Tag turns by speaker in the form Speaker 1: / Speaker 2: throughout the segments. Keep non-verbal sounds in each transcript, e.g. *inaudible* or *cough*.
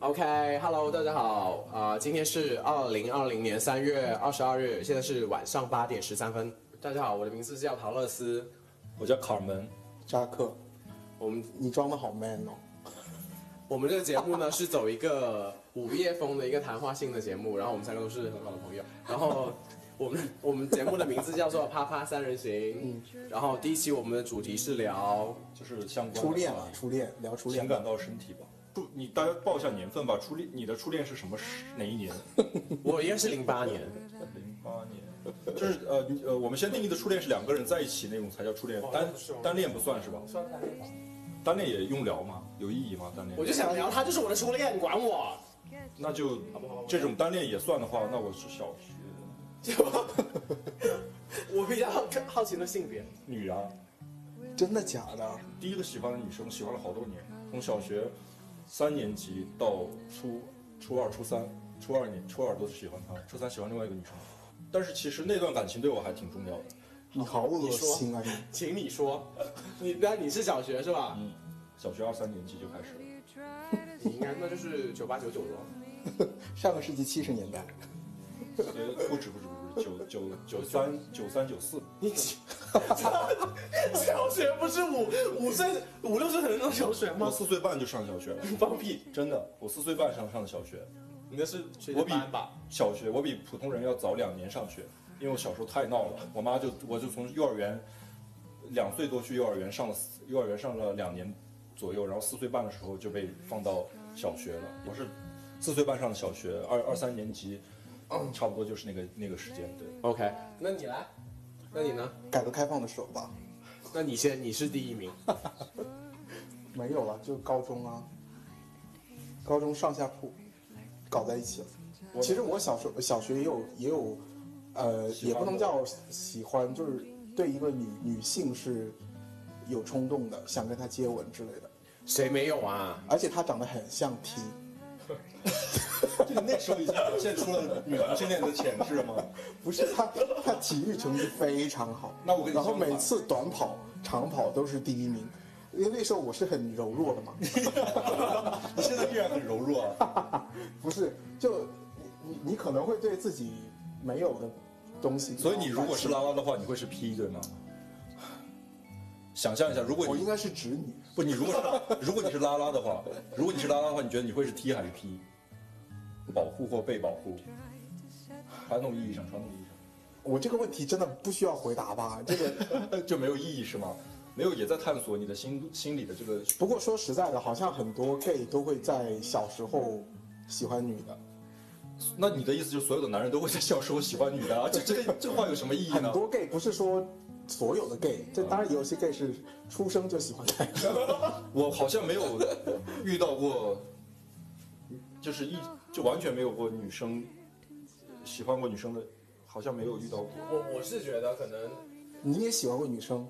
Speaker 1: OK，Hello，、大家好，啊、今天是二零二零年三月二十二日，现在是晚上八点十三分。大家好，我的名字叫陶乐斯，
Speaker 2: 我叫卡门，
Speaker 3: 扎克，
Speaker 1: 我们
Speaker 3: 你装的好 man 哦！
Speaker 1: 我们这个节目呢是走一个午夜风的一个谈话性的节目，然后我们三个都是很好的朋友，然后我们 *laughs* 我们节目的名字叫做啪啪三人行，然后第一期我们的主题是聊
Speaker 2: 就是相关的啊
Speaker 3: 初恋了，初恋聊初恋
Speaker 2: 情，感到身体吧。初你大家报一下年份吧，初恋你的初恋是什么时哪一年？
Speaker 1: 我应该是零八年，
Speaker 2: 零八年， *laughs* 就是呃你呃，我们先定义的初恋是两个人在一起那种才叫初恋，单单恋不算是吧？算单恋吧。单恋也用聊吗？有意义吗？单恋？
Speaker 1: 我就想聊他就是我的初恋，你管我？
Speaker 2: 那就这种单恋也算的话，那我是小学
Speaker 1: 我比较好好奇的性别，
Speaker 2: 女啊，
Speaker 3: 真的假的？
Speaker 2: 第一个喜欢的女生喜欢了好多年，
Speaker 1: 嗯
Speaker 2: 从小学三年级到初初二、初三、初二年、初二都是喜欢她，初三喜欢另外一个女生。但是其实那段感情对我还挺重要的，
Speaker 3: 你好恶心啊！
Speaker 1: 请你说， *laughs* 你那你是小学是吧？
Speaker 2: 嗯，小学二三年级就开始
Speaker 1: *laughs*
Speaker 2: 了。
Speaker 1: 你应该那就是九八九九了，
Speaker 3: 你上个世纪七十年代，
Speaker 2: 呃不止不止不止，九
Speaker 1: *laughs*
Speaker 2: 九九三九三九四，
Speaker 1: 你小学不是五五岁五六岁才能上小学
Speaker 2: 我
Speaker 1: 吗？
Speaker 2: 四岁半就上小学了，
Speaker 1: 放屁！
Speaker 2: 真的，我四岁半上上的小学，
Speaker 1: 你那是学
Speaker 2: 我
Speaker 1: 前
Speaker 2: 比
Speaker 1: 班吧？
Speaker 2: 小学我比普通人要早两年上学，因为我小时候太闹了，我妈就我就从幼儿园两岁多去幼儿园上了四幼儿园上了两年左右，然后四岁半的时候就被放到小学了。我是四岁半上的小学，二二三年级，差不多就是那个那个时间。对，
Speaker 1: OK，那你来，那你呢？
Speaker 3: 改革开放的时候吧，
Speaker 1: 那你先，你是第一名。
Speaker 3: 没有了，就高中啊，高中上下铺搞在一起了。其实我小时候小学也有也有，呃，
Speaker 2: 喜欢
Speaker 3: 也不能
Speaker 2: 过
Speaker 3: 叫喜欢，就是对一个女女性是有冲动的，想跟她接吻之类的。
Speaker 1: 谁没有啊？
Speaker 3: 而且她长得很像 T，
Speaker 2: 这个那时候已经表现出了女同性恋的潜质吗？
Speaker 3: 不是她，她体育成绩非常好。
Speaker 2: 那我跟你
Speaker 3: 然后
Speaker 2: 相反
Speaker 3: 每次短跑、长跑都是第一名，因为那时候我是很柔弱
Speaker 2: *laughs*
Speaker 3: 的嘛。
Speaker 2: 你现在依然很柔弱啊。
Speaker 3: 不是，就你你你可能会对自己没有的东西，
Speaker 2: 所以你如果是拉拉的话，你会是 P 对吗？想象一下，如果
Speaker 3: 我
Speaker 2: 你
Speaker 3: 应该是直女，
Speaker 2: 不，你如果是如果你是拉拉的话，如果你是拉拉的话，你觉得你会是 T 还是 P？保护或被保护？传统意义上，传统意义
Speaker 3: 我这个问题真的不需要回
Speaker 2: *laughs*
Speaker 3: 答吧？这个
Speaker 2: 上就没有意义是吗？没有，也在探索你的心心里的这个。
Speaker 3: 不过说实在的，好像很多 gay 都会在小时候喜欢女的，
Speaker 2: 那你的意思就是所有的男人都会在小时候喜欢女的、啊？ *laughs* 这这这话有什么意义
Speaker 3: 很
Speaker 2: 呢？
Speaker 3: 多 gay 不是说所有的 gay，这当然有些 gay 是出生就喜欢男生，
Speaker 2: 我好像没有遇到过，就是一就完全没有过女生喜欢过女生的，好像没有遇到过。
Speaker 1: 我我是觉得可能
Speaker 3: 你也喜欢过女生，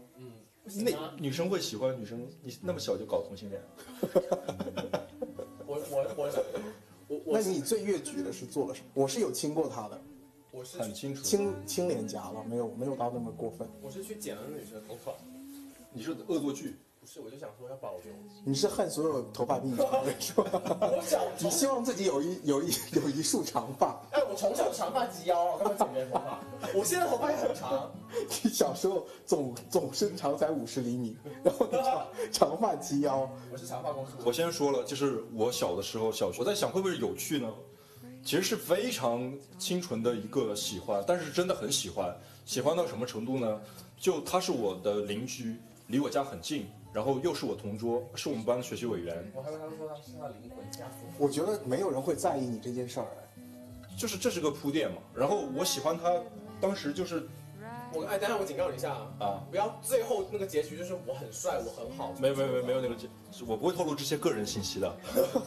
Speaker 2: 那女生会喜欢女生？你那么小就搞同性恋？
Speaker 1: 我我我我
Speaker 3: 那
Speaker 1: 我
Speaker 3: 你最越矩的是做了什么？我是有亲过她的，
Speaker 1: 我是
Speaker 2: 很清楚。
Speaker 3: 亲亲脸颊了，没有没有到那么过分。
Speaker 1: 我是去剪了女生的头发，
Speaker 2: 你是恶作剧，
Speaker 1: 不是，我就想说要保留。
Speaker 3: 你是恨所有头发比你长的人是吧？ *laughs*
Speaker 1: 我小
Speaker 3: 你希望自己有一有一有一束长发？
Speaker 1: 哎，我从小长发及腰，我干嘛剪别人头发？我现在头发也很长，
Speaker 3: 你小时候总总身长才五十厘米，然后你长长发及腰，
Speaker 1: 我是长发公主。
Speaker 2: 我先说了，就是我小的时候，小学我在想会不会有趣呢？其实是非常清纯的一个喜欢，但是真的很喜欢，喜欢到什么程度呢？就他是我的邻居，离我家很近，然后又是我同桌，是我们班的学习委员，
Speaker 1: 我还跟他说他是他的灵魂，吓死
Speaker 3: 我觉得没有人会在意你这件事儿。
Speaker 2: 就是这是个铺垫嘛。然后我喜欢他，当时就是
Speaker 1: 我！我哎，等一下我警告你一下啊，
Speaker 2: 啊，
Speaker 1: 不要最后那个结局就是我很帅，我很好。
Speaker 2: 没有没有没有没有那个，我不会透露这些个人信息
Speaker 3: *laughs*
Speaker 2: 的。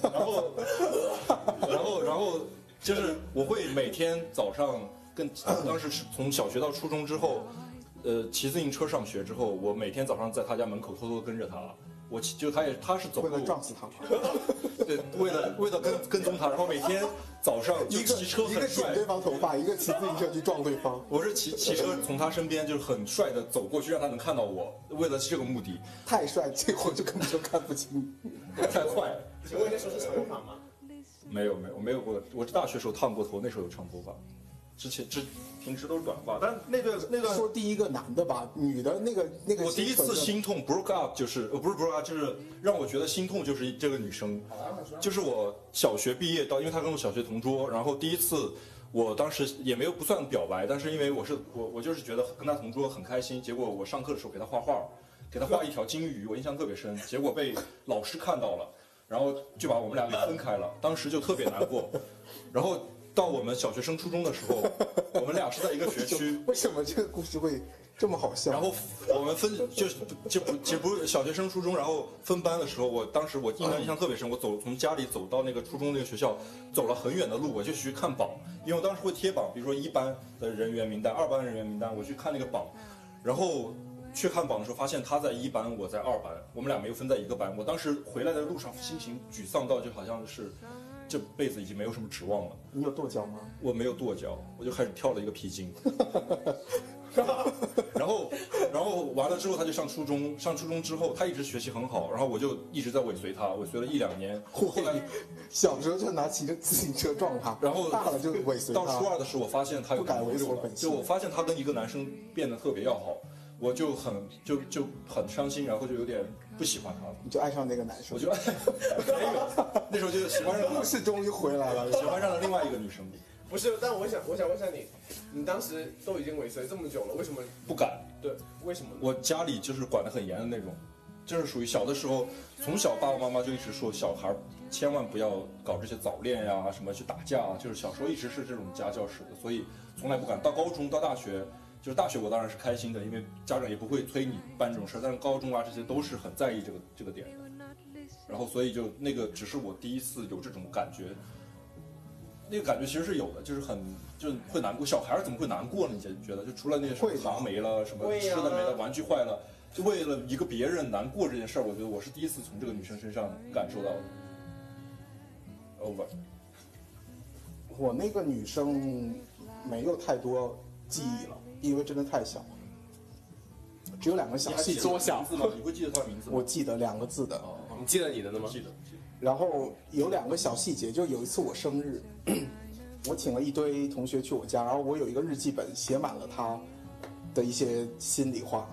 Speaker 2: 然后，然后然后就是我会每天早上跟当时是从小学到初中之后，呃，骑自行车上学之后，我每天早上在他家门口偷偷跟着他。我骑就他也他是走
Speaker 3: 为了
Speaker 2: 路，
Speaker 3: 撞死他吗？
Speaker 2: 对，为了为了跟跟踪他，然后每天早上就
Speaker 3: 一个
Speaker 2: 骑车
Speaker 3: 一
Speaker 2: 很
Speaker 3: 个剪
Speaker 2: 帅，
Speaker 3: 对方头发，一个骑自行车去撞对方。
Speaker 2: 我是骑骑车从他身边就是很帅的走过去，让他能看到我，为了这个目的，
Speaker 3: 太帅，结果就根本就看不清。
Speaker 2: 太快。
Speaker 1: 请问那时候是长头发吗？
Speaker 2: 没有没有，我没有过，我是大学时候烫过头，那时候有长头发，之前之平时都是短发，但那段那段
Speaker 3: 说第一个男的吧，女的那个那个。
Speaker 2: 我第一次心痛 broke up 就是呃不是 broke up 就是让我觉得心痛就是这个女生，就是我小学毕业到，因为她跟我小学同桌，然后第一次我当时也没有不算表白，但是因为我是我我就是觉得跟她同桌很开心，结果我上课的时候给她画画，给她画一条金鱼，我印象特别深，结果被老师看到了，然后就把我们俩给分开了，当时就特别难过，然后。到我们小学升初中的时候，我们俩是在一个学区，
Speaker 3: 为什么这个故事会这么好笑？
Speaker 2: 然后我们分就是就不就不是小学升初中，然后分班的时候，我当时我印象印象特别深，我走从家里走到那个初中那个学校，走了很远的路，我就去看榜，因为我当时会贴榜，比如说一班的人员名单、二班人员名单，我去看那个榜，然后去看榜的时候发现他在一班，我在二班，我们俩没有分在一个班。我当时回来的路上心情沮丧到就好像是这辈子已经没有什么指望了，
Speaker 3: 你有跺脚吗？
Speaker 2: 我没有跺脚，我就开始跳了一个皮
Speaker 3: *laughs*
Speaker 2: 筋。然后，然后完了之后，他就上初中，上初中之后，他一直学习很好，然后我就一直在尾随他，尾随了一两
Speaker 3: *laughs*
Speaker 2: 年。后来
Speaker 3: 小时候就拿骑着自行车撞他，
Speaker 2: 然后
Speaker 3: 大了就尾随他。
Speaker 2: 到初二的时候，我发现他有
Speaker 3: 不改为
Speaker 2: 男
Speaker 3: 所
Speaker 2: 朋友了
Speaker 3: 本性
Speaker 2: 就我发现他跟一个男生变得特别要好，我就很就就很伤心，然后就有点不喜欢他了。
Speaker 3: 你就爱上那个男生
Speaker 2: 我。就 *laughs* 没有，那时候就喜欢上
Speaker 3: 故事终于回来了，
Speaker 2: 喜欢上了另外一个女生，
Speaker 1: 不是，但我想我想问一下你，你当时都已经尾随这么久了，为什么？
Speaker 2: 不敢。
Speaker 1: 对，为什么呢？
Speaker 2: 我家里就是管得很严的那种，就是属于小的时候，从小爸爸妈妈就一直说小孩儿千万不要搞这些早恋呀、什么去打架啊，就是小时候一直是这种家教式的，所以从来不敢。到高中到大学，就是大学我当然是开心的，因为家长也不会催你办这种事儿，但是高中啊这些都是很在意这个这个点的，然后所以就那个只是我第一次有这种感觉。那个感觉其实是有的，就是很就是会难过。小孩儿怎么会难过呢？你觉得？就除了那些什么
Speaker 3: 会的
Speaker 2: 糖没了，什么
Speaker 1: 会
Speaker 2: 吃
Speaker 1: 呀
Speaker 2: 的没了，玩具坏了，就为了一个别人难过这件事儿，我觉得我是第一次从这个女生身上感受到的。over，哦
Speaker 3: 我那个女生没有太多记忆了，因为真的太小了，只有两个小
Speaker 2: 你还
Speaker 3: 细
Speaker 2: 记得
Speaker 3: 节
Speaker 1: 缩，小
Speaker 2: 名字吗？你会记得她的名字吗？
Speaker 3: 我记得两个字的。
Speaker 2: 哦，
Speaker 1: 你记得你的呢吗？
Speaker 2: 记得。
Speaker 3: 然后有两个小细节，就有一次我生日， *clears throat* 我请了一堆同学去我家，然后我有一个日记本，写满了她的一些心里话，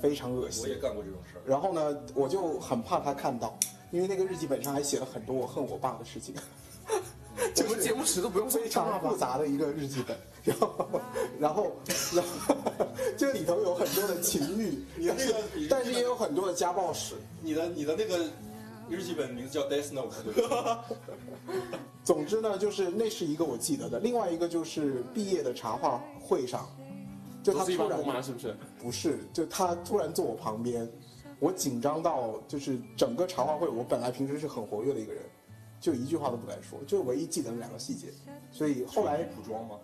Speaker 3: 非常恶
Speaker 2: 我
Speaker 3: 心
Speaker 2: 也。干过这种事儿。
Speaker 3: 然后呢，我就很怕她看到，因为那个日记本上还写了很多我恨我爸的事情。
Speaker 1: 我们节目尺度不 *laughs* 用这 *laughs* 么
Speaker 3: 非常
Speaker 1: 大
Speaker 3: 复
Speaker 1: 吧？
Speaker 3: 杂的一个日记本，然后，然后，然后， *laughs* 这里头有很多的情欲，
Speaker 2: 你
Speaker 3: 但
Speaker 2: 那
Speaker 3: 是
Speaker 2: 个你
Speaker 3: 但是也有很多的家暴史。
Speaker 2: 你的你的那个日记本名字叫 Death Note，对不对
Speaker 3: 总之呢，就是那是一个我记得的，另外一个就是毕业的茶话会上，就
Speaker 1: 都
Speaker 3: 他
Speaker 1: 是一
Speaker 3: 突
Speaker 1: 帮姑
Speaker 3: 然
Speaker 1: 妈是不是？
Speaker 3: 不是，就他突然坐我旁边，我紧张到就是整个茶话会，我本来平时是很活跃的一个人，就一句话都不敢说，就唯一记得那两个细节，所以后来
Speaker 2: 服装吗？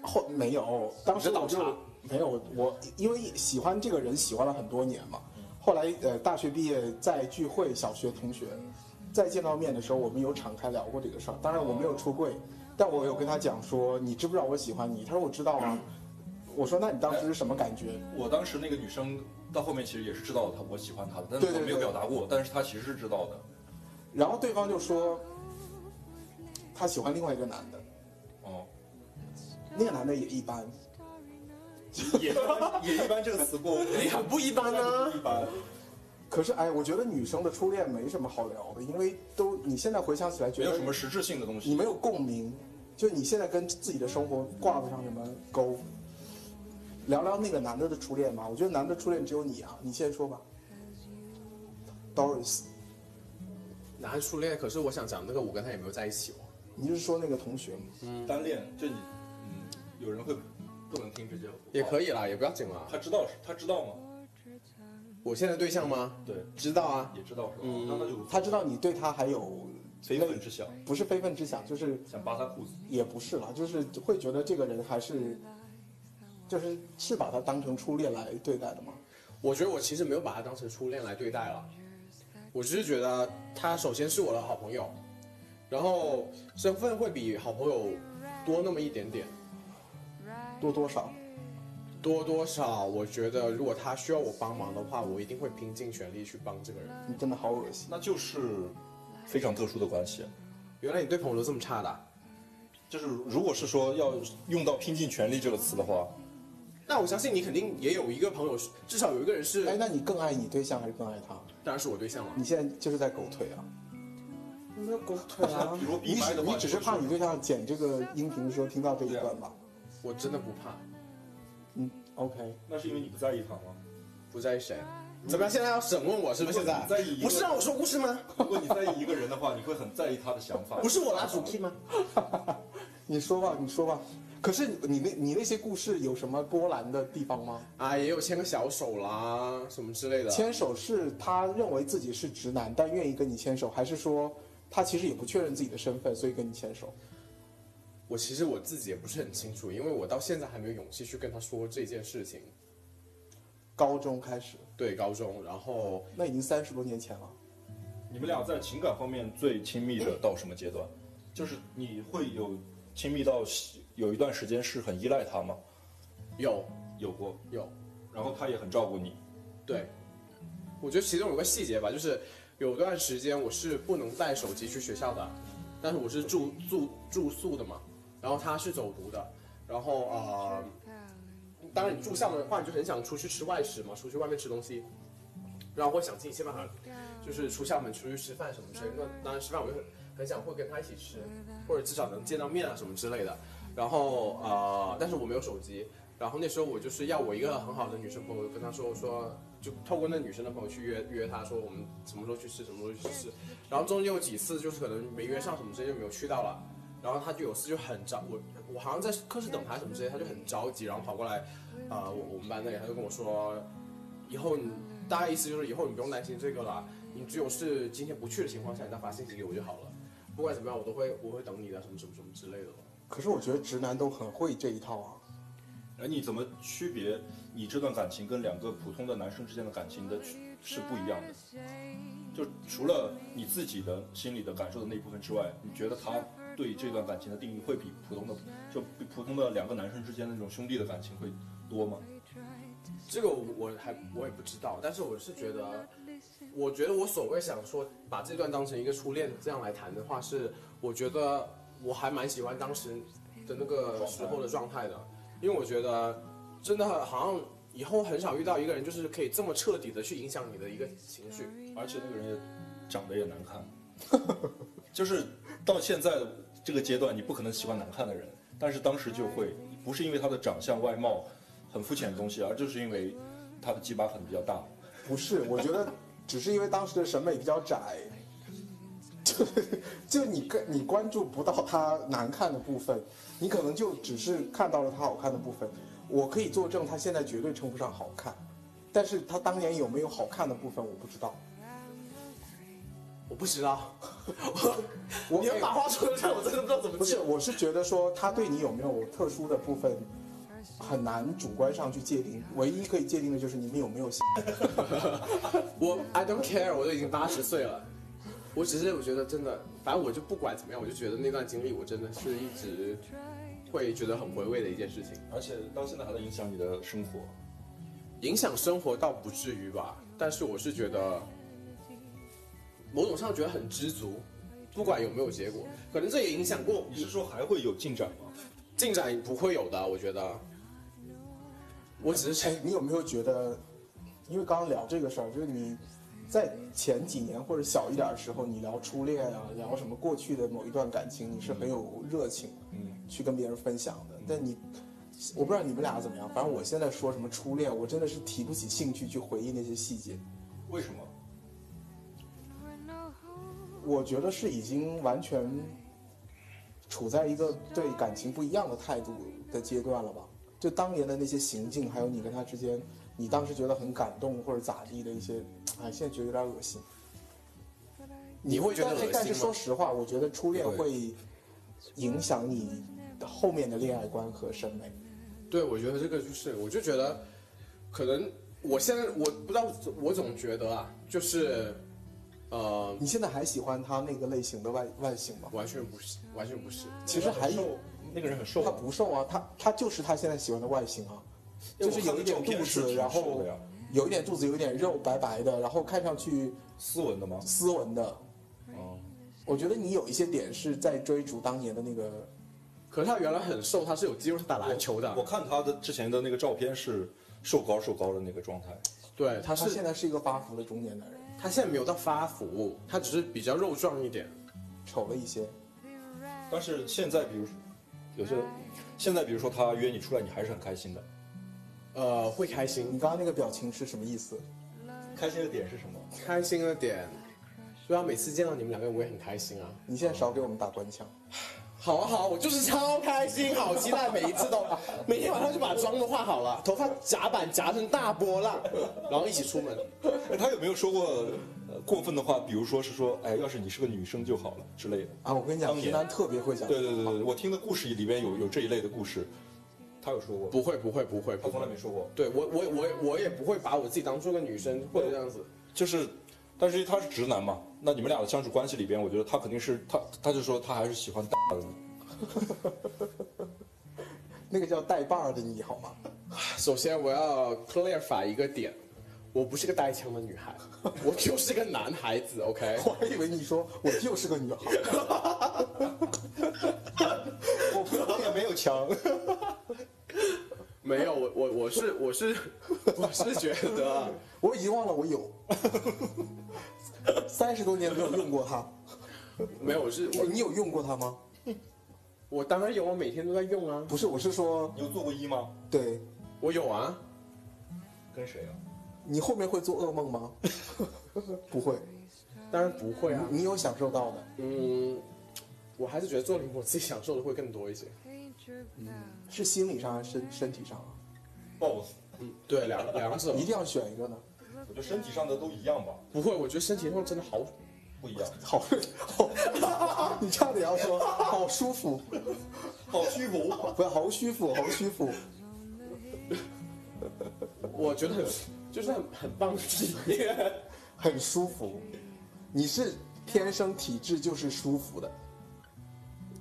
Speaker 3: 后没有，当时我就
Speaker 1: 你是倒
Speaker 3: 没有我，因为喜欢这个人喜欢了很多年嘛。后来呃，大学毕业再聚会，小学同学再见到面的时候，我们有敞开聊过这个事儿。当然我没有出柜，但我有跟他讲说，你知不知道我喜欢你？他说我知道啊。我说那你当时是什么感觉？
Speaker 2: *laughs* 我当时那个女生到后面其实也是知道她我喜欢她的，但是
Speaker 3: 对对
Speaker 2: 我没有
Speaker 3: 对
Speaker 2: 表达过，但是她其实是知道的。
Speaker 3: 然后对方就说他喜欢另外一个男的，
Speaker 2: 哦，
Speaker 3: 那个男的也一般。
Speaker 2: 也也一般这个词 *laughs* 过，
Speaker 1: 你很不一般呢、
Speaker 2: 一般。啊
Speaker 3: 可是哎，我觉得女生的初恋没什么好聊的，因为都你现在回想起来觉
Speaker 2: 没
Speaker 3: 得
Speaker 2: 有什么实质性的东
Speaker 3: 你
Speaker 2: 西。
Speaker 3: 没有共鸣，就你现在跟自己的生活挂不上什么钩。聊聊那个男的的初恋吧，我觉得男的初恋只有你啊，你先说吧。Doris，
Speaker 1: 男初恋，可是我想讲那个我跟他也没有在一起哦。
Speaker 3: 你就是说那个同学吗？
Speaker 2: 单恋，就你，嗯，有人会不能听这些，
Speaker 1: 也可
Speaker 2: 以。
Speaker 1: 以啦，也不要紧啦。
Speaker 2: 他知道是，他知道吗？
Speaker 1: 我现在对象吗？
Speaker 2: 对，
Speaker 1: 知道啊，
Speaker 2: 也知道是吧？
Speaker 1: 嗯
Speaker 2: 那他就
Speaker 3: 他知道你对他还有
Speaker 2: 非分之想，
Speaker 3: 不是非分之想，就是
Speaker 2: 想扒他裤子。
Speaker 3: 也不是了，就是会觉得这个人还是，就是是把他当成初恋来对待的吗？
Speaker 1: 我觉得我其实没有把他当成初恋来对待了，我只是觉得他首先是我的好朋友，然后身份会比好朋友多那么一点点，
Speaker 3: 多多少？
Speaker 1: 多多少我觉得如果他需要我帮忙的话，我一定会拼尽全力去帮这个人。
Speaker 3: 你真的好恶心。
Speaker 2: 那就是非常特殊的关系，啊
Speaker 1: 原来你对朋友都这么差的啊、
Speaker 2: 就是如果是说要用到“拼尽全力”这个词的话，
Speaker 1: 那我相信你肯定也有一个朋友是，至少有一个人是，
Speaker 3: 哎，那你更爱你对象还是更爱他？
Speaker 1: 当然是我对象了。
Speaker 3: 你现在就是在狗腿啊。没有狗腿
Speaker 2: *laughs*
Speaker 3: 啊
Speaker 2: 比如
Speaker 3: 你
Speaker 2: 比白
Speaker 3: 只
Speaker 2: 的话
Speaker 3: 你只是怕你对象剪这个音频的时候听到这一段
Speaker 2: 啊
Speaker 3: 吧？
Speaker 1: 我真的不怕，
Speaker 3: 嗯，OK，
Speaker 2: 那是因为你不在意他吗？
Speaker 1: 不在意谁。怎么样？现在要审问我是不是？现在
Speaker 2: 如果你在意一个
Speaker 1: 不是让我说故事吗？
Speaker 2: 如果你在意一个人的话，你会很在意他的想 *laughs* 法。
Speaker 1: 不是我拉主 key 吗？
Speaker 3: 你说吧，你说吧。可是你那你那些故事有什么波澜的地方吗？
Speaker 1: 啊，也有牵个小手啦，什么之类的。
Speaker 3: 牵手是他认为自己是直男，但愿意跟你牵手，还是说他其实也不确认自己的身份，所以跟你牵手？
Speaker 1: 我其实我自己也不是很清楚，因为我到现在还没有勇气去跟他说这件事情。
Speaker 3: 高中开始，
Speaker 1: 对，高中，然后
Speaker 3: 那已经三十多年前了。
Speaker 2: 你们俩在情感方面最亲密的到什么阶段？就是你会有亲密到有一段时间是很依赖他吗？
Speaker 1: 有
Speaker 2: 有过，
Speaker 1: 有，
Speaker 2: 然后他也很照顾你。
Speaker 1: 对，我觉得其中有个细节吧，就是有段时间我是不能带手机去学校的，但是我是住住住宿的嘛，然后他是走读的，然后呃，当然你住校的话，你就很想出去吃外食嘛，出去外面吃东西，然后会想尽一切办法，就是出校门出去吃饭什么之类的。那啊当然嗯吃饭我就很很想会跟他一起吃，或者至少能见到面啊什么之类的。然后呃，但是我没有手机。然后那时候我就是要我一个很好的女生朋友，跟她说，我说就透过那女生的朋友去约约她，说我们什么时候去吃，什么时候去吃。然后中间有几次就是可能没约上什么之类就没有去到了，然后她就有次就很着我，我好像在课室等她什么之类，她就很着急，然后跑过来，啊、我我们班那里她就跟我说，以后你大概意思就是以后你不用担心这个了，你只有是今天不去的情况下，你再发信息给我就好了。不管怎么样，我都会我会等你的，什么什么什么之类的。
Speaker 3: 可是我觉得直男都很会这一套啊。
Speaker 2: 哎，你怎么区别你这段感情跟两个普通的男生之间的感情的区是不一样的？就除了你自己的心里的感受的那一部分之外，你觉得他对这段感情的定义会比普通的就比普通的两个男生之间的那种兄弟的感情会多吗？
Speaker 1: 这个我我还我也不知道，但是我是觉得，我觉得我所谓想说把这段当成一个初恋这样来谈的话是，我觉得我还蛮喜欢当时的那个时候的状态的，因为我觉得真的好像以后很少遇到一个人就是可以这么彻底的去影响你的一个情绪。
Speaker 2: 而且那个人也长得也难看，就是到现在这个阶段，你不可能喜欢难看的人，但是当时就会，不是因为他的长相外貌很肤浅的东西，而就是因为他的鸡巴可能比较大。
Speaker 3: 不是，我觉得只是因为当时的审美比较窄，就就 *laughs* 你跟你关注不到他难看的部分，你可能就只是看到了他好看的部分。我可以作证，他现在绝对称不上好看，但是他当年有没有好看的部分我不知道。
Speaker 1: 我不知道， *laughs*
Speaker 3: 我哎
Speaker 1: 你要把话说出来，我真的不知道怎么
Speaker 3: 不
Speaker 1: 接
Speaker 3: 是，。我是觉得说他对你有没有特殊的部分，很难主观上去界定。唯一可以界定的就是你们有没有性。
Speaker 1: 我 I don't care，我都已经八十岁了，我只是我觉得真的，反正我就不管怎么样，我就觉得那段经历我真的是一直会觉得很回味的一件事情，
Speaker 2: 而且到现在还在影响你的生活。
Speaker 1: 影响生活倒不至于吧，但是我是觉得某种上觉得很知足，不管有没有结果，可能这也影响过
Speaker 2: 你是说还会有进展吗？
Speaker 1: 进展，不会有的，我觉得。我
Speaker 3: *laughs*
Speaker 1: 只是
Speaker 3: 哎，你有没有觉得，因为刚刚聊这个事儿，就是你在前几年或者小一点的时候，你聊初恋啊，聊什么过去的某一段感情，你是很有热情
Speaker 2: 嗯，
Speaker 3: 去跟别人分享的。但你，我不知道你们俩怎么样，反正我现在说什么初恋，我真的是提不起兴趣去回忆那些细节。
Speaker 2: 为什么？
Speaker 3: 我觉得是已经完全处在一个对感情不一样的态度的阶段了吧？就当年的那些行径，还有你跟他之间，你当时觉得很感动或者咋地的一些，哎，现在觉得有点恶心。
Speaker 1: 你会觉得
Speaker 3: 但是
Speaker 1: 恶心吗
Speaker 3: 但是说实话，我觉得初恋
Speaker 1: 不会
Speaker 3: 会影响你后面的恋爱观和审美。
Speaker 1: 对，我觉得这个就是，我就觉得，可能我现在我不知道，我总觉得啊，就是，呃，
Speaker 3: 你现在还喜欢他那个类型的外外形吗？
Speaker 1: 完全不是，完全不是。
Speaker 3: 其实还有，
Speaker 2: 那个人很瘦
Speaker 3: 他不瘦啊，他他就是他现在喜欢的外形啊，就是有一点肚子，然后有一点肚子，有一点肉，白白的，然后看上去
Speaker 2: 斯文的吗？
Speaker 3: 斯文的。
Speaker 2: 哦，
Speaker 3: 我觉得你有一些点是在追逐当年的那个，
Speaker 1: 可是他原来很瘦，他是有肌肉，是打篮球
Speaker 2: 我
Speaker 1: 的。
Speaker 2: 看他的之前的那个照片是瘦高瘦高的那个状态，
Speaker 1: 对，他
Speaker 3: 他
Speaker 1: 是
Speaker 3: 现在是一个发福的中年男人，
Speaker 1: 他现在没有到发福，他只是比较肉壮一点。
Speaker 3: 丑了一些。
Speaker 2: 但是现在比如说有些现在比如说他约你出来，你还是很开心的。
Speaker 1: 呃，会开心，
Speaker 3: 你刚刚那个表情是什么意思？
Speaker 2: 开心的点是什么？ *laughs*
Speaker 1: 开心了点。对啊，每次见到你们两个，我也很开心啊。
Speaker 3: 你现在少给我们打官腔。
Speaker 1: 好啊好啊，我就是超开心，好期待每一次都，每天晚上就把妆都化好了，头发夹板夹成大波浪，然后一起出门。
Speaker 2: 哎，他有没有说过、呃过分的话？比如说是说，哎，要是你是个女生就好了之类的。
Speaker 3: 啊，我跟你讲，
Speaker 2: 当年
Speaker 3: 直男特别会讲。
Speaker 2: 对对对对，我听的故事里边有有这一类的故事，他有说过，
Speaker 1: 不会不会不会，
Speaker 2: 他
Speaker 1: 不
Speaker 2: 从
Speaker 1: 会
Speaker 2: 来没说过。
Speaker 1: 对我我我我也不会把我自己当做个女生或者这样子。
Speaker 2: 就是，但是他是直男嘛，那你们俩的相处关系里边，我觉得他肯定是他，他就说他还是喜 *laughs* 欢大的你。
Speaker 3: 那个叫带把儿的你好吗？ *laughs*
Speaker 1: 首先我要 clarify 一个点，我不是个带枪的女孩，我就是个男孩子，OK？
Speaker 3: *laughs* 我还以为你说我就是个女孩，
Speaker 2: 我朋友也没有枪，
Speaker 1: 没有，我我我是我是 *laughs* 我是觉得，
Speaker 3: 我已经忘了我有， *laughs* 三十多年没有用过它。
Speaker 1: 没有，我是我
Speaker 3: 你有用过它吗？
Speaker 1: 我当然有，我每天都在用啊，
Speaker 3: 不是，我是说，
Speaker 2: 你有做过一吗？
Speaker 3: 对
Speaker 1: 我有啊，
Speaker 2: 跟谁啊？
Speaker 3: 你后面会做噩梦吗？ *laughs* 不会，
Speaker 1: 当然不会啊，
Speaker 3: 你有享受到的，
Speaker 1: 嗯，我还是觉得做零我自己享受的会更多一些。
Speaker 3: 是心理上还是身身体上啊？
Speaker 2: boss，
Speaker 1: 嗯，对，两两者
Speaker 3: 一定要选一个呢？
Speaker 2: 我觉得身体上的都一样吧，
Speaker 1: 不会，我觉得身体上真的好，
Speaker 2: 不一样，
Speaker 3: 好， *laughs* 好，你差点要说好舒服，
Speaker 2: 好虚无。 *laughs*
Speaker 3: 不是好虚服，好虚服。
Speaker 1: 我觉得很就是很很棒的体验。
Speaker 3: 很舒服。你是天生体质就是舒服的，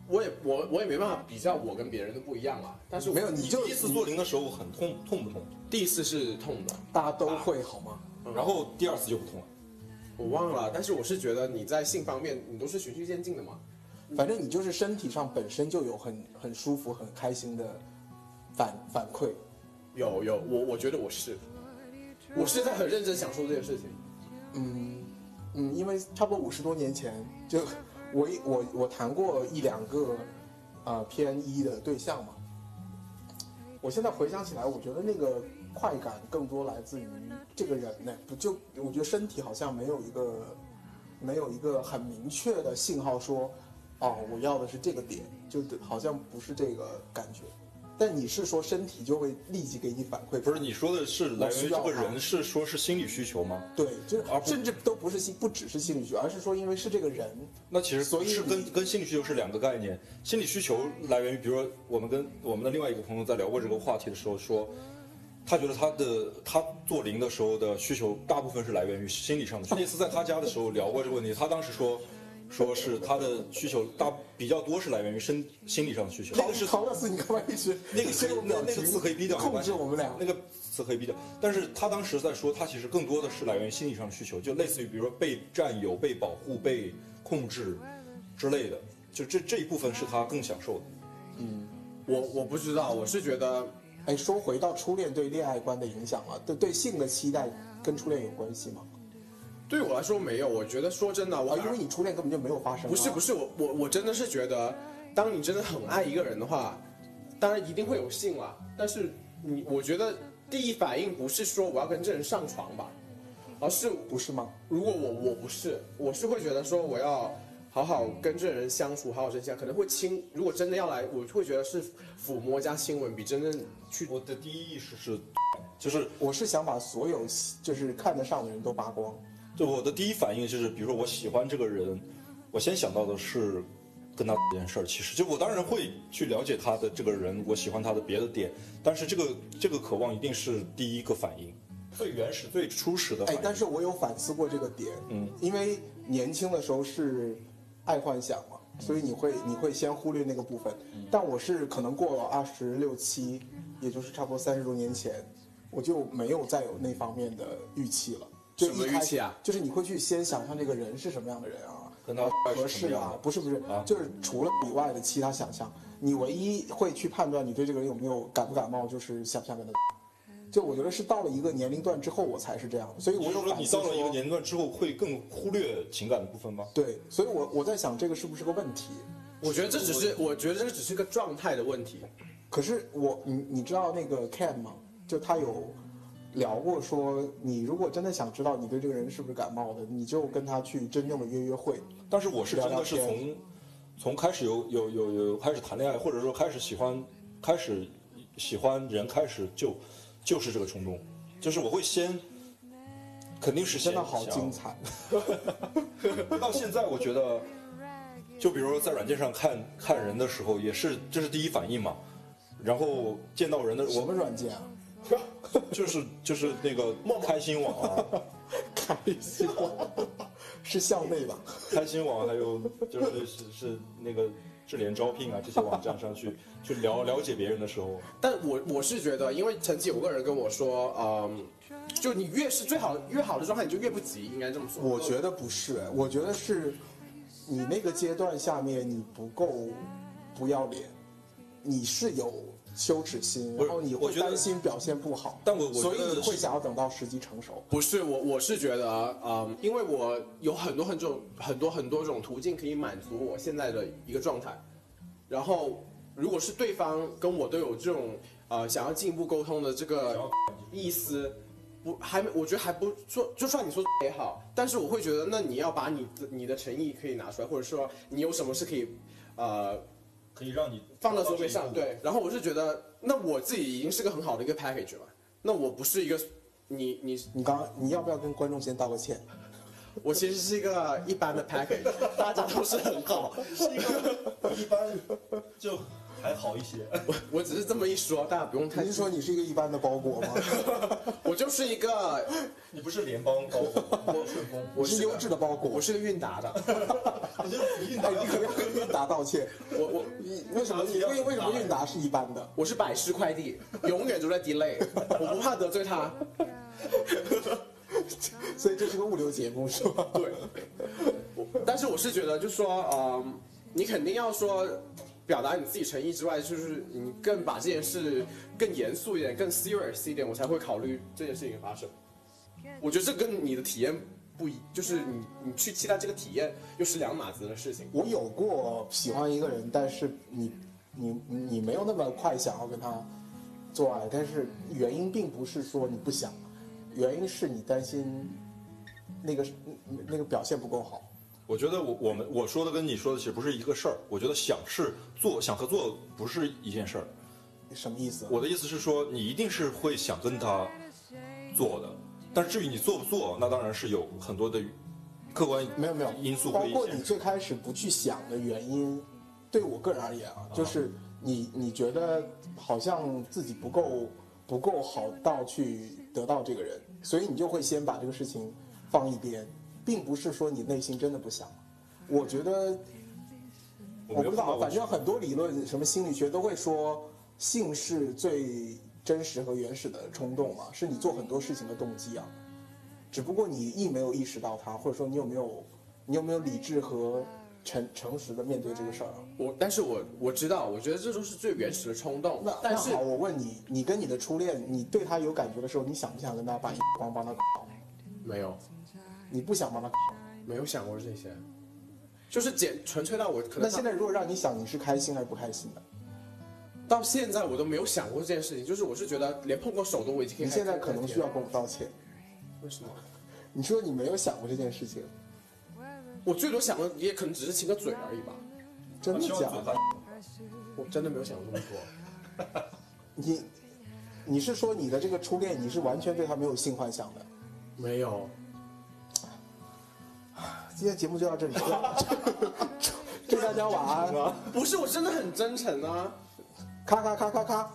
Speaker 1: 我也我我也没办法比较我跟别人的不一样啊，但是我
Speaker 3: 没有你
Speaker 2: 你
Speaker 3: 就
Speaker 2: 第一次做零的时候很痛，痛不痛？
Speaker 1: 第一次是痛的，
Speaker 3: 大家都会好吗？
Speaker 2: 然后第二次就不痛了。
Speaker 1: 我忘了，但是我是觉得你在性方面你都是循序渐进的嘛。
Speaker 3: 反正你就是身体上本身就有很很舒服、很开心的反反馈。
Speaker 1: 有有，我我觉得我是，我是在很认真享受这件事情。
Speaker 3: 嗯嗯，因为差不多五十多年前，就我一我我谈过一两个呃偏一的对象嘛。我现在回想起来，我觉得那个快感更多来自于这个人呢，不就我觉得身体好像没有一个没有一个很明确的信号说，哦，我要的是这个点，就好像不是这个感觉。但你是说身体就会立即给你反馈，
Speaker 2: 不是你说的是来源于这
Speaker 3: 我
Speaker 2: 个
Speaker 3: 需要它
Speaker 2: 人是说是心理需求吗？
Speaker 3: 对，就是
Speaker 2: 而不
Speaker 3: 甚至都不是心，不只是心理学，而是说因为是这个人，
Speaker 2: 那其实
Speaker 3: 所以
Speaker 2: 是
Speaker 3: 你
Speaker 2: 跟跟心理需求是两个概念。心理需求来源于，比如说我们跟我们的另外一个朋友在聊过这个话题的时候说，他觉得他的他做零的时候的需求大部分是来源于心理上的需求。那次在他家的时候聊过这个问题，他当时说。说是他的需求大比较多是来源于身心理上的需求，那个是
Speaker 3: 陶老师，你干嘛一直
Speaker 2: 那个
Speaker 3: 这
Speaker 2: 是
Speaker 3: 个
Speaker 2: 那
Speaker 3: *laughs* 表
Speaker 2: 个那
Speaker 3: 情
Speaker 2: 个词可以逼掉，
Speaker 3: 控制我们俩？
Speaker 2: 那个词可以逼掉。但是他当时在说，他其实更多的是来源于心理上的需求，就类似于比如说被占有、被保护、被控制之类的，就这这一部分是他更享受的。
Speaker 1: 我我不知道，我是觉得
Speaker 3: 哎，说回到初恋对恋爱观的影响啊，对对性的期待跟初恋有关系吗？
Speaker 1: 对我来说没有，我觉得说真的，我
Speaker 3: 啊，
Speaker 1: 反而
Speaker 3: 因为你初恋根本就没有发生、啊。
Speaker 1: 不是不
Speaker 3: 是，
Speaker 1: 是，我我我真的是觉得，当你真的很爱一个人的话，当然一定会有性啦。但是你，我觉得第一反应不是说我要跟这人上床吧，而是
Speaker 3: 不是吗？
Speaker 1: 如果我我不是，我是会觉得说我要好好跟这人相处，好好珍惜，可能会亲。如果真的要来，我会觉得是抚摸加亲吻比真正去
Speaker 2: 我的第一意识是，就是
Speaker 3: 我是想把所有就是看得上的人都扒光。
Speaker 2: 就我的第一反应就是，比如说我喜欢这个人，我先想到的是跟他这件事儿。其实就我当然会去了解他的这个人，我喜欢他的别的点，但是这个这个渴望一定是第一个反应，最原始、最初始的反
Speaker 3: 哎
Speaker 2: 应。，
Speaker 3: 但是我有反思过这个点，
Speaker 2: 嗯，
Speaker 3: 因为年轻的时候是爱幻想嘛，
Speaker 2: 嗯
Speaker 3: 所以你会你会先忽略那个部分。但我是可能过了二十六七，也就是差不多三十多年前，我就没有再有那方面的预期了。就
Speaker 1: 什么
Speaker 3: 一开
Speaker 1: 预期啊
Speaker 3: 就是你会去先想象这个人是什么样的人啊，
Speaker 2: 跟他是
Speaker 3: 合
Speaker 2: 什
Speaker 3: 适
Speaker 2: 么样
Speaker 3: 啊
Speaker 2: 的？？
Speaker 3: 不是不是，
Speaker 2: 啊
Speaker 3: 就是除了以外的其他想象，你唯一会去判断你对这个人有没有感不感冒，就是想不想跟他。就我觉得是到了一个年龄段之后，我才是这样的，所以
Speaker 2: 你
Speaker 3: 我
Speaker 2: 是
Speaker 3: 有
Speaker 2: 说
Speaker 3: 反
Speaker 2: 你
Speaker 3: 思
Speaker 2: 到了一个
Speaker 3: 说
Speaker 2: 年龄段之后，会更忽略情感的部分吗？
Speaker 3: 对，所以我我在想这个是不是个问题？
Speaker 1: 我觉得这只是，我觉得这只是个状态的问题。
Speaker 3: 可是我你你知道那个 Ken 吗？就他有聊过说，你如果真的想知道你对这个人是不是感冒的，你就跟他去真正的约约会。
Speaker 2: 但是我是真的是
Speaker 3: 聊聊
Speaker 2: 从从开始有有有有开始谈恋爱，或者说开始喜欢开始喜欢人，开始就就是这个冲动，就是我会先肯定是先
Speaker 3: 真的好
Speaker 2: 想
Speaker 3: 精彩， *laughs*
Speaker 2: 到现在我觉得，就比如说在软件上看看人的时候，也是这是第一反应嘛。然后见到人的
Speaker 3: 什
Speaker 2: 我
Speaker 3: 么软件啊？
Speaker 2: 就是就是那个开心网
Speaker 3: *laughs*
Speaker 2: 啊，
Speaker 3: 开心网 *laughs* 是校内吧？
Speaker 2: 开心网还有就是是是那个智联招聘啊这些网站上去去了了解别人的时候，
Speaker 1: 但我我是觉得，因为曾经有个人跟我说，嗯，就你越是最好越好的状态，你就越不急，应该这么说。
Speaker 3: 我觉得不是，哎我觉得是你那个阶段下面你不够不要脸，你是有羞耻心，
Speaker 2: 不是
Speaker 3: 然后你
Speaker 2: 我
Speaker 3: 会
Speaker 2: 觉得
Speaker 3: 担心表现不好，
Speaker 2: 但我我
Speaker 3: 所以
Speaker 2: 觉得
Speaker 3: 你会
Speaker 2: 是
Speaker 3: 想要等到时机成熟。
Speaker 1: 不是我，我是觉得，嗯，因为我有很多很种很多很多种途径可以满足我现在的一个状态，然后如果是对方跟我都有这种呃想要进一步沟通的这个意思，不还没，我觉得还不说，就算你说也好，但是我会觉得，那你要把你的你的诚意可以拿出来，或者说你有什么是可以，呃，
Speaker 2: 可以让你
Speaker 1: 放到桌面上，，对。然后我是觉得，那我自己已经是个很好的一个 package 了，那我不是一个，你你
Speaker 3: 你刚你要不要跟观众先道个歉？
Speaker 1: 我其实是一个一般的 package，大家都是很好。
Speaker 2: 是一个一般就还好一
Speaker 3: *laughs*
Speaker 2: 些。
Speaker 1: 我我只是这么一说，大家不用太
Speaker 3: 你是。说你是一个一般的包裹吗？
Speaker 1: 我就是一个，
Speaker 2: 你不是联邦高 *laughs* 我顺丰，
Speaker 1: 我
Speaker 3: 是
Speaker 1: 是
Speaker 3: 优质的包
Speaker 1: 我
Speaker 3: 裹。 *laughs*
Speaker 1: 是个韵达的。
Speaker 2: 你这你
Speaker 3: 哎，你可不要跟韵达道歉。
Speaker 1: 我我
Speaker 3: 你为什么你为为什么韵达是一般的？
Speaker 1: 我是百世快递，永远都在 delay，我不怕得罪他。
Speaker 3: 所以这是个物流节目是吧？
Speaker 1: 对，我但是我是觉得，就说，嗯，你肯定要说表达你自己诚意之外，就是你更把这件事更严肃一点，更 serious 一点，我才会考虑这件事情发生。我觉得这跟你的体验不一，就是你你去期待这个体验又是两码子的事情。
Speaker 3: 我有过喜欢一个人，但是你你你没有那么快想要跟他做爱，但是原因并不是说你不想，原因是你担心那个那个表现不够好。
Speaker 2: 我觉得我我们我说的跟你说的其实不是一个事儿。我觉得想是做想和做不是一件事儿。
Speaker 3: 什么意思？啊
Speaker 2: 我的意思是说，你一定是会想跟他做的，但至于你做不做，那当然是有很多的客观
Speaker 3: 没有没有
Speaker 2: 因素
Speaker 3: 包
Speaker 2: 会
Speaker 3: 括
Speaker 2: 显
Speaker 3: 你
Speaker 2: 示
Speaker 3: 最开始不去想的原因，对我个人而言啊，就是你你觉得好像自己不够不够好到去得到这个人，所以你就会先把这个事情放一边，并不是说你内心真的不想。我觉得我
Speaker 2: 没
Speaker 3: 不
Speaker 2: 有
Speaker 3: 知
Speaker 2: 看到
Speaker 3: 道，
Speaker 2: 过
Speaker 3: 反正很多理论，什么心理学都会说，性是最真实和原始的冲动嘛，是你做很多事情的动机啊。只不过你意没有意识到它，或者说你有没有，你有没有理智和诚诚实的面对这个事儿啊？
Speaker 1: 我，但是我我知道，我觉得这都是最原始的冲动
Speaker 3: 那。
Speaker 1: 但是
Speaker 3: 那好，我问你，你跟你的初恋，你对他有感觉的时候，你想不想跟他把一光帮他搞？
Speaker 1: 没有
Speaker 3: 你不想帮他搞。
Speaker 1: 没有想过这些，就是简纯粹到我可能
Speaker 3: 那现在如果让你想，你是开心还是不开心的？
Speaker 1: 到现在我都没有想过这件事情，就是我是觉得连碰过手都我已经可以
Speaker 3: 你
Speaker 1: 开始
Speaker 3: 现
Speaker 1: 碰了。
Speaker 3: 在可能需要跟我道歉。
Speaker 1: 为什么？
Speaker 3: 你说你没有想过这件事情，
Speaker 1: 我最多想的也可能只是亲个嘴而已吧，
Speaker 3: 真的
Speaker 2: 希望
Speaker 3: 假
Speaker 2: 啊做
Speaker 3: 的
Speaker 2: 到？
Speaker 1: 我真的没有想过这么多。
Speaker 3: 你，你是说你的这个初恋，你是完全对他没有性幻想的？
Speaker 1: 没有，
Speaker 3: 今天节目就到这里， *laughs* 祝大家晚安。
Speaker 1: 不是，我真的很真诚啊，
Speaker 3: 咔咔咔咔咔，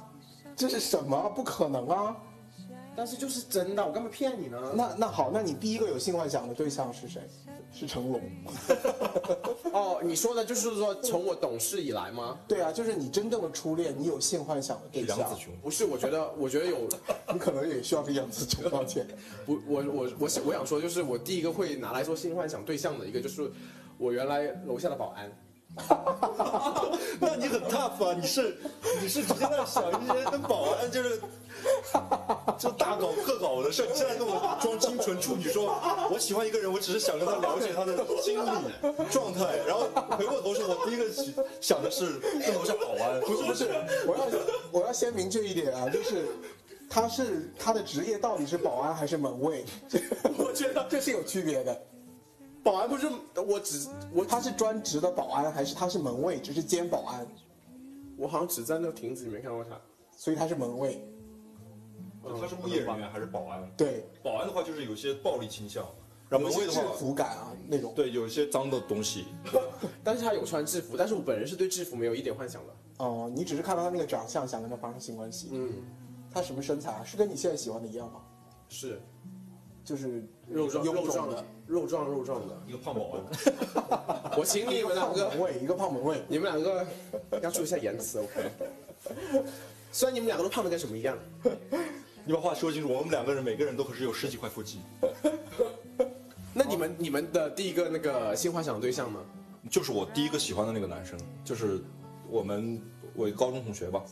Speaker 3: 这是什么？不可能啊！
Speaker 1: 但是就是真的，我干嘛骗你呢？
Speaker 3: 那那好，那你第一个有性幻想的对象是谁？是成龙。
Speaker 1: 哦，你说的就是说从我懂事以来吗？
Speaker 3: 对啊，就是你真正的初恋，你有性幻想的对
Speaker 2: 是杨
Speaker 3: 象
Speaker 2: 紫，琼，
Speaker 1: 不是，我觉得，我觉得有
Speaker 3: 你可能也需要跟杨紫琼道歉。
Speaker 1: 不，我我我想我想说，就是我第一个会拿来做性幻想对象的一个，就是我原来楼下的保安，
Speaker 4: *laughs* 那你很 tough 啊！你是你是直接在小一人跟保安就是 *laughs* 就大搞特搞的事儿，你现在跟我装清纯处女说我喜欢一个人，我只是想跟他了解他的心理状态，然后回过头说，我第一个想的是那楼下保安，不是不是，
Speaker 3: 我要我要先明确一点啊，就是他是他的职业到底是保安还是门卫， *laughs*
Speaker 1: 我觉得
Speaker 3: 这是有区别的。
Speaker 1: 保安不是我只我
Speaker 3: 他是专职的保安还是他是门卫，只是兼保安，
Speaker 1: 我好像只在那个亭子里面看过他，
Speaker 3: 所以他是门卫。
Speaker 4: 嗯
Speaker 2: 他是物业人员还是保安？
Speaker 3: 对，
Speaker 2: 保安的话就是有些暴力倾向，然后
Speaker 3: 有
Speaker 2: 门卫
Speaker 3: 些
Speaker 2: 的
Speaker 3: 制
Speaker 2: 话，
Speaker 3: 服感啊那种。
Speaker 2: 对，有一些脏的东西。
Speaker 1: 但是他有穿制服，但是我本人是对制服没有一点幻想的。
Speaker 3: 哦、你只是看到他那个长相，想跟他发生性关系。
Speaker 1: 嗯，
Speaker 3: 他什么身材啊？是跟你现在喜欢的一样吗？
Speaker 1: 是
Speaker 3: 就是
Speaker 1: 肉壮
Speaker 3: 臃
Speaker 1: 肉壮
Speaker 3: 肿的
Speaker 1: 的，肉壮肉壮
Speaker 2: *laughs*
Speaker 1: 的。
Speaker 2: 一个胖保安，
Speaker 1: 我请你们两
Speaker 3: 胖
Speaker 1: 个
Speaker 2: *laughs*
Speaker 3: 门卫，一个胖门卫。
Speaker 1: 你们两个要注意一下言辞，OK？虽然你们两个都胖的跟什么一样，
Speaker 4: 你把话说清楚，我们两个人每个人都可是有十几块腹肌，
Speaker 1: 那你
Speaker 2: 哦
Speaker 1: 们、你们的第一个那个性幻想对象呢？
Speaker 2: 就是我第一个喜欢的那个男生，就是我们我一个高中同学吧，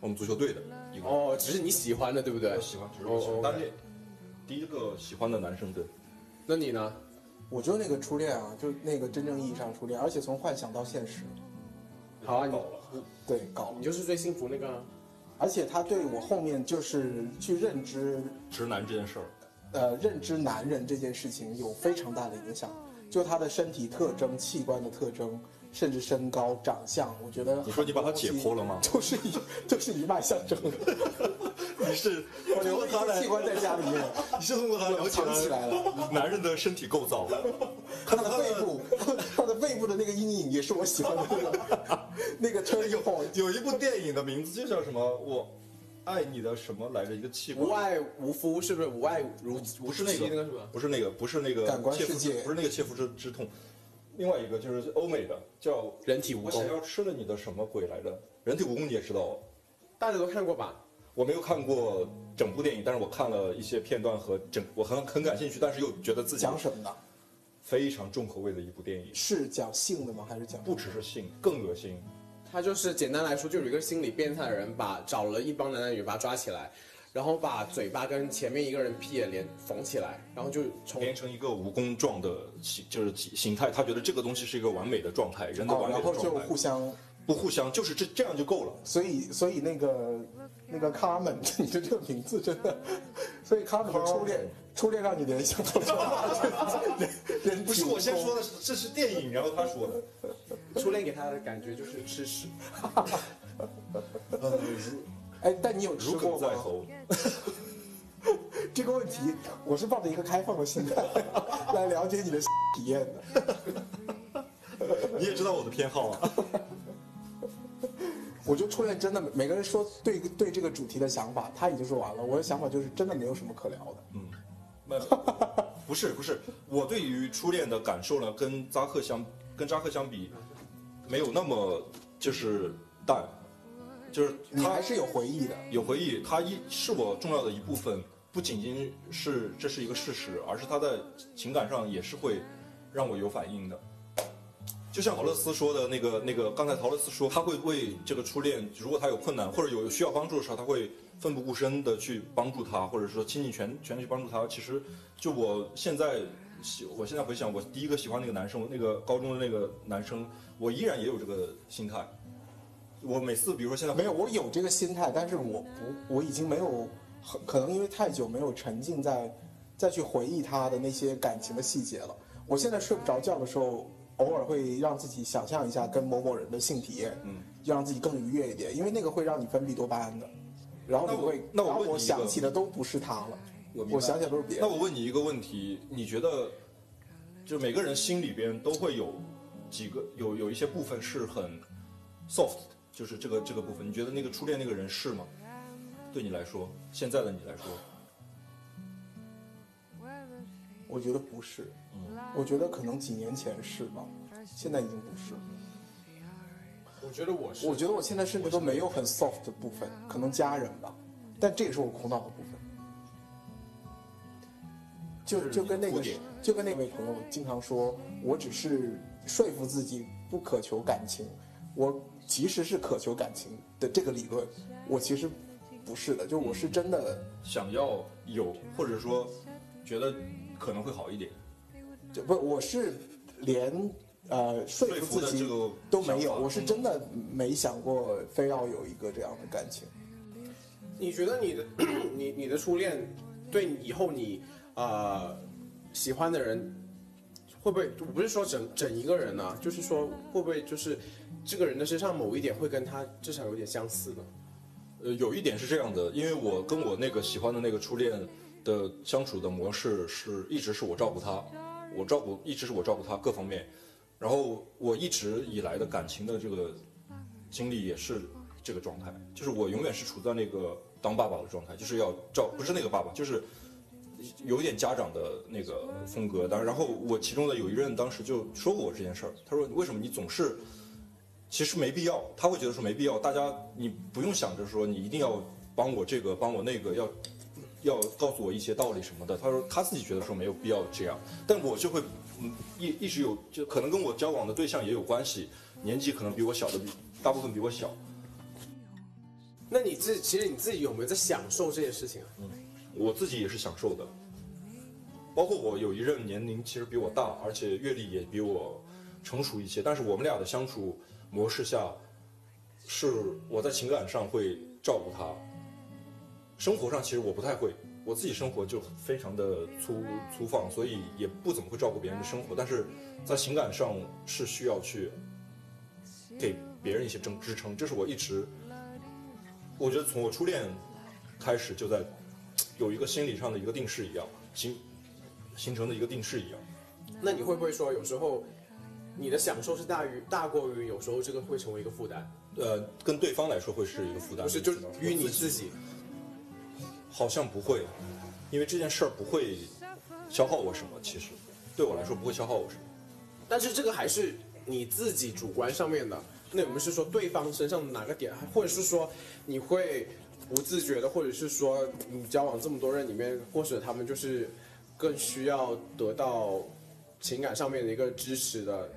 Speaker 2: 我们足球队的一个，
Speaker 1: 哦，只是你喜欢的，对不对
Speaker 2: 我？喜欢，只是我喜
Speaker 1: 哦
Speaker 2: 欢
Speaker 1: 哦
Speaker 2: 单恋，第一个喜欢的男生对，
Speaker 1: 那你呢？
Speaker 3: 我觉得那个初恋啊，就是那个真正意义上初恋，而且从幻想到现实，
Speaker 1: 好啊，你
Speaker 2: 搞了
Speaker 3: 对，搞了
Speaker 1: 你。就是最幸福那个啊。
Speaker 3: 而且他对我后面就是去认知，
Speaker 2: 直男这件事儿， *laughs*
Speaker 3: 呃，认知男人这件事情有非常大的影响。就他的身体特征、器官的特征，甚至身高、长相，我觉得
Speaker 2: 你说你把他解剖了吗？
Speaker 3: 就是一就是一脉相承的。
Speaker 4: 你是
Speaker 3: 我
Speaker 4: 通
Speaker 3: 留
Speaker 4: 过
Speaker 3: 了一
Speaker 4: 他
Speaker 3: 个
Speaker 4: 来
Speaker 3: 器，官在家里面，
Speaker 4: 你是通过他了解
Speaker 3: 藏起来了。
Speaker 4: 男人的身体构造，
Speaker 3: 他的背部，他的背部的那个阴影也是我喜欢的那个那个 turning point。
Speaker 4: 有一部电影的名
Speaker 2: 名字就叫什么？我爱你的什么来着？一个器
Speaker 1: 无
Speaker 2: 官。
Speaker 1: 爱无夫是不是？无爱如
Speaker 2: 不是那
Speaker 1: 妻
Speaker 2: 个，
Speaker 1: 那个是吧？
Speaker 2: 不是那个，不是那个
Speaker 3: 感官
Speaker 2: 切肤
Speaker 3: 世界
Speaker 2: 之不是那个切肤之之痛。另外一个就是欧美的叫
Speaker 1: 人体蜈
Speaker 2: 我想
Speaker 1: 蚣，
Speaker 2: 要吃了你的什么鬼来着？人体蜈蚣你也知道，
Speaker 1: 大家都看过吧？
Speaker 2: 我没有看过整部电影，但是我看了一些片段和整，我很很感兴趣，但是又觉得自己
Speaker 3: 讲什么的？
Speaker 2: 非常重口味的一部电影，
Speaker 3: 是讲性的吗？还是讲
Speaker 2: 不只是性，更恶心。
Speaker 1: 他就是简单来说，就有一个心理变态的人把找了一帮男男女女把他抓起来，然后把嘴巴跟前面一个人屁眼连缝起来，然后就从
Speaker 2: 变成一个蜈蚣状的形，就是形态，他觉得这个东西是一个完美的状态，人的
Speaker 3: 哦，
Speaker 2: 完美
Speaker 3: 然
Speaker 2: 的
Speaker 3: 后就
Speaker 2: 状态，
Speaker 3: 互相，
Speaker 2: 不互相，就是这这样就够了。
Speaker 3: 所以所以那个那个 Carmen，你的这个名字真的，所以 Carmen 的初恋，初恋让你联想到什么？人人
Speaker 4: 不是我先说的，是这是电影，然后他说的。
Speaker 1: 初恋给他的感觉就是吃屎。
Speaker 3: 哎，但你有吃
Speaker 2: 如鲠
Speaker 3: 过
Speaker 2: 在
Speaker 3: 吗？
Speaker 2: 喉，
Speaker 3: 这个问题，我是抱着一个开放的心态来了解你的体验的。
Speaker 4: 你也知道我的偏好啊，
Speaker 3: 我觉得初恋真的，每个人说对对这个主题的想法，他已经说完了。我的想法就是真的没有什么可聊的。
Speaker 2: 那不是不是，我对于初恋的感受呢，跟扎克相跟扎克相比，没有那么就是淡，就是
Speaker 3: 你
Speaker 2: 他
Speaker 3: 还是有回忆的，
Speaker 2: 有回忆，它一是我重要的一部分，不仅仅是这是一个事实，而是它在情感上也是会让我有反应的。就像陶乐斯说的那个那个，刚才陶乐斯说他会为这个初恋，如果他有困难或者有需要帮助的时候，他会奋不顾身的去帮助他，或者说倾尽全全力去帮助他。其实就我现在喜，我现在回想，我第一个喜欢那个男生，那个高中的那个男生，我依然也有这个心态。我每次比如说现在回
Speaker 3: 没有，我有这个心态，但是我不，我已经没有，很可能因为太久没有沉浸在，再去回忆他的那些感情的细节了。我现在睡不着觉的时候，偶尔会让自己想象一下跟某某人的性体验，
Speaker 2: 嗯，
Speaker 3: 就让自己更愉悦一点，因为那个会让你分泌多巴胺的。然后
Speaker 2: 那
Speaker 3: 你
Speaker 2: 我
Speaker 3: 会，
Speaker 2: 那我
Speaker 3: 然后
Speaker 2: 问你
Speaker 3: 我
Speaker 2: 一个
Speaker 3: 想起的都不是他了，
Speaker 2: 我明白
Speaker 3: 我想起的都是别
Speaker 2: 那
Speaker 3: 人。
Speaker 2: 我问你一个问题，你觉得，就每个人心里边都会有几个有有一些部分是很 soft，的就是这个这个部分，你觉得那个初恋那个人是吗？对你来说，现在的你来说，
Speaker 3: 我觉得不是，
Speaker 2: 嗯
Speaker 3: 我觉得可能几年前是吧，现在已经不是。
Speaker 1: 我觉得我是
Speaker 3: 我觉得我现在甚至都没有很 soft 的部分，可能家人吧，但这也是我苦恼的部分。就
Speaker 2: 就是
Speaker 3: 就跟那
Speaker 2: 你
Speaker 3: 个
Speaker 2: 的污点
Speaker 3: 就跟那位朋友经常说，我只是说服自己不渴求感情，我其实是渴求感情的这个理论，我其实不是的，就我是真的，
Speaker 2: 想要有，
Speaker 4: 或者说觉得可能会好一点，
Speaker 3: 就不我是连呃说
Speaker 4: 说
Speaker 3: 服
Speaker 4: 服
Speaker 3: 自
Speaker 4: 的这
Speaker 3: 己
Speaker 4: 个
Speaker 3: 都没有，
Speaker 4: 想法
Speaker 3: 我是真的没想过非要有一个这样的感情。
Speaker 1: 你觉得你的 *clears throat* 你你的初恋对你以后你呃喜欢的人会不会我不是说整整一个人呢、就是说会不会就是这个人的身上某一点会跟他至少有点相似呢？
Speaker 2: 呃，有一点是这样的，因为我跟我那个喜欢的那个初恋的相处的模式是一直是我照顾他，我照顾一直是我照顾他各方面，然后我一直以来的感情的这个经历也是这个状态，就是我永远是处在那个当爸爸的状态，就是要照不是那个爸爸，就是有点家长的那个风格。当然，然后我其中的有一任当时就说过我这件事儿，他说为什么你总是其实没必要，他会觉得说没必要，大家你不用想着说你一定要帮我这个帮我那个，要要告诉我一些道理什么的。他说他自己觉得说没有必要这样，但我就会嗯一一直有，就可能跟我交往的对象也有关系，年纪可能比我小的比大部分比我小，
Speaker 1: 那你自其实你自己有没有在享受这件事情啊？
Speaker 2: 我自己也是享受的。包括我有一任年龄其实比我大，而且阅历也比我成熟一些，但是我们俩的相处模式下，是我在情感上会照顾他，生活上其实我不太会，我自己生活就非常的粗粗放，所以也不怎么会照顾别人的生活，但是在情感上是需要去给别人一些支支撑，这是我一直，我觉得从我初恋开始就在有一个心理上的一个定势一样，形形成的一个定势一样。
Speaker 1: 那你会不会说有时候你的享受是大于大过于有时候这个会成为一个负担？
Speaker 2: 呃，跟对方来说会是一个负担，
Speaker 1: 不是，就
Speaker 2: 我
Speaker 1: 于你
Speaker 2: 自己
Speaker 1: 自己。
Speaker 2: 好像不会，因为这件事儿不会消耗我什么，其实对我来说不会消耗我什么。
Speaker 1: 但是这个还是你自己主观上面的。那我们是说对方身上的哪个点，或者是说你会不自觉的，或者是说你交往这么多人里面，或者他们就是更需要得到情感上面的一个支持的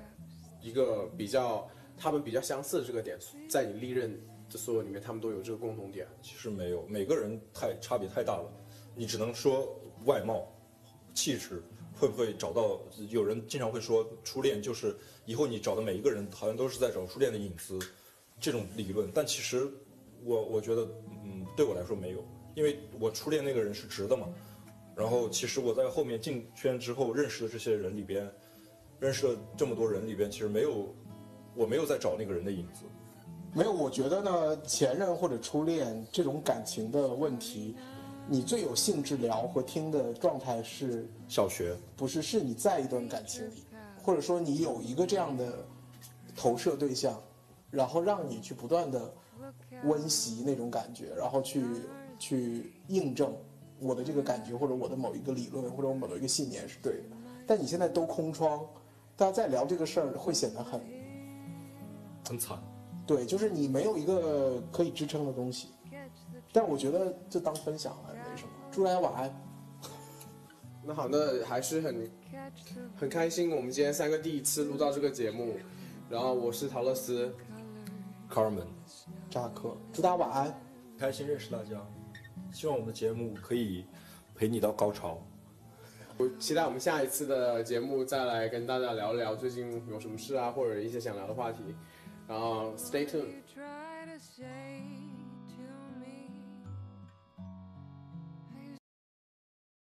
Speaker 1: 一个比较，他们比较相似的这个点，在你历任的所有里面，他们都有这个共同点。
Speaker 2: 其实没有，每个人太差别太大了，你只能说外貌、气质会不会找到？有人经常会说初恋就是以后你找的每一个人好像都是在找初恋的影子，这种理论。但其实我我觉得，嗯，对我来说没有，因为我初恋那个人是直的嘛。然后其实我在后面进圈之后认识的这些人里边，认识了这么多人里边，其实没有，我没有在找那个人的影子。
Speaker 3: 没有，我觉得呢，前任或者初恋这种感情的问题，你最有兴致聊和听的状态是
Speaker 2: 小学，
Speaker 3: 不是是你在一段感情里，或者说你有一个这样的投射对象，然后让你去不断的温习那种感觉，然后去去印证我的这个感觉或者我的某一个理论或者我某一个信念是对的。但你现在都空窗，大家在聊这个事儿会显得很
Speaker 2: 很惨。
Speaker 3: 对，就是你没有一个可以支撑的东西。但我觉得就当分享了，没什么。祝大家晚安。
Speaker 1: 那好，那还是很很开心，我们今天三个第一次录到这个节目，然后我是陶乐斯。
Speaker 2: Carmen。
Speaker 3: 扎克，祝大家晚安。
Speaker 2: 开心认识大家，希望我们的节目可以陪你到高潮。
Speaker 1: 我期待我们下一次的节目再来跟大家聊聊最近有什么事啊，或者一些想聊的话题。然后 stay tuned。
Speaker 5: try to say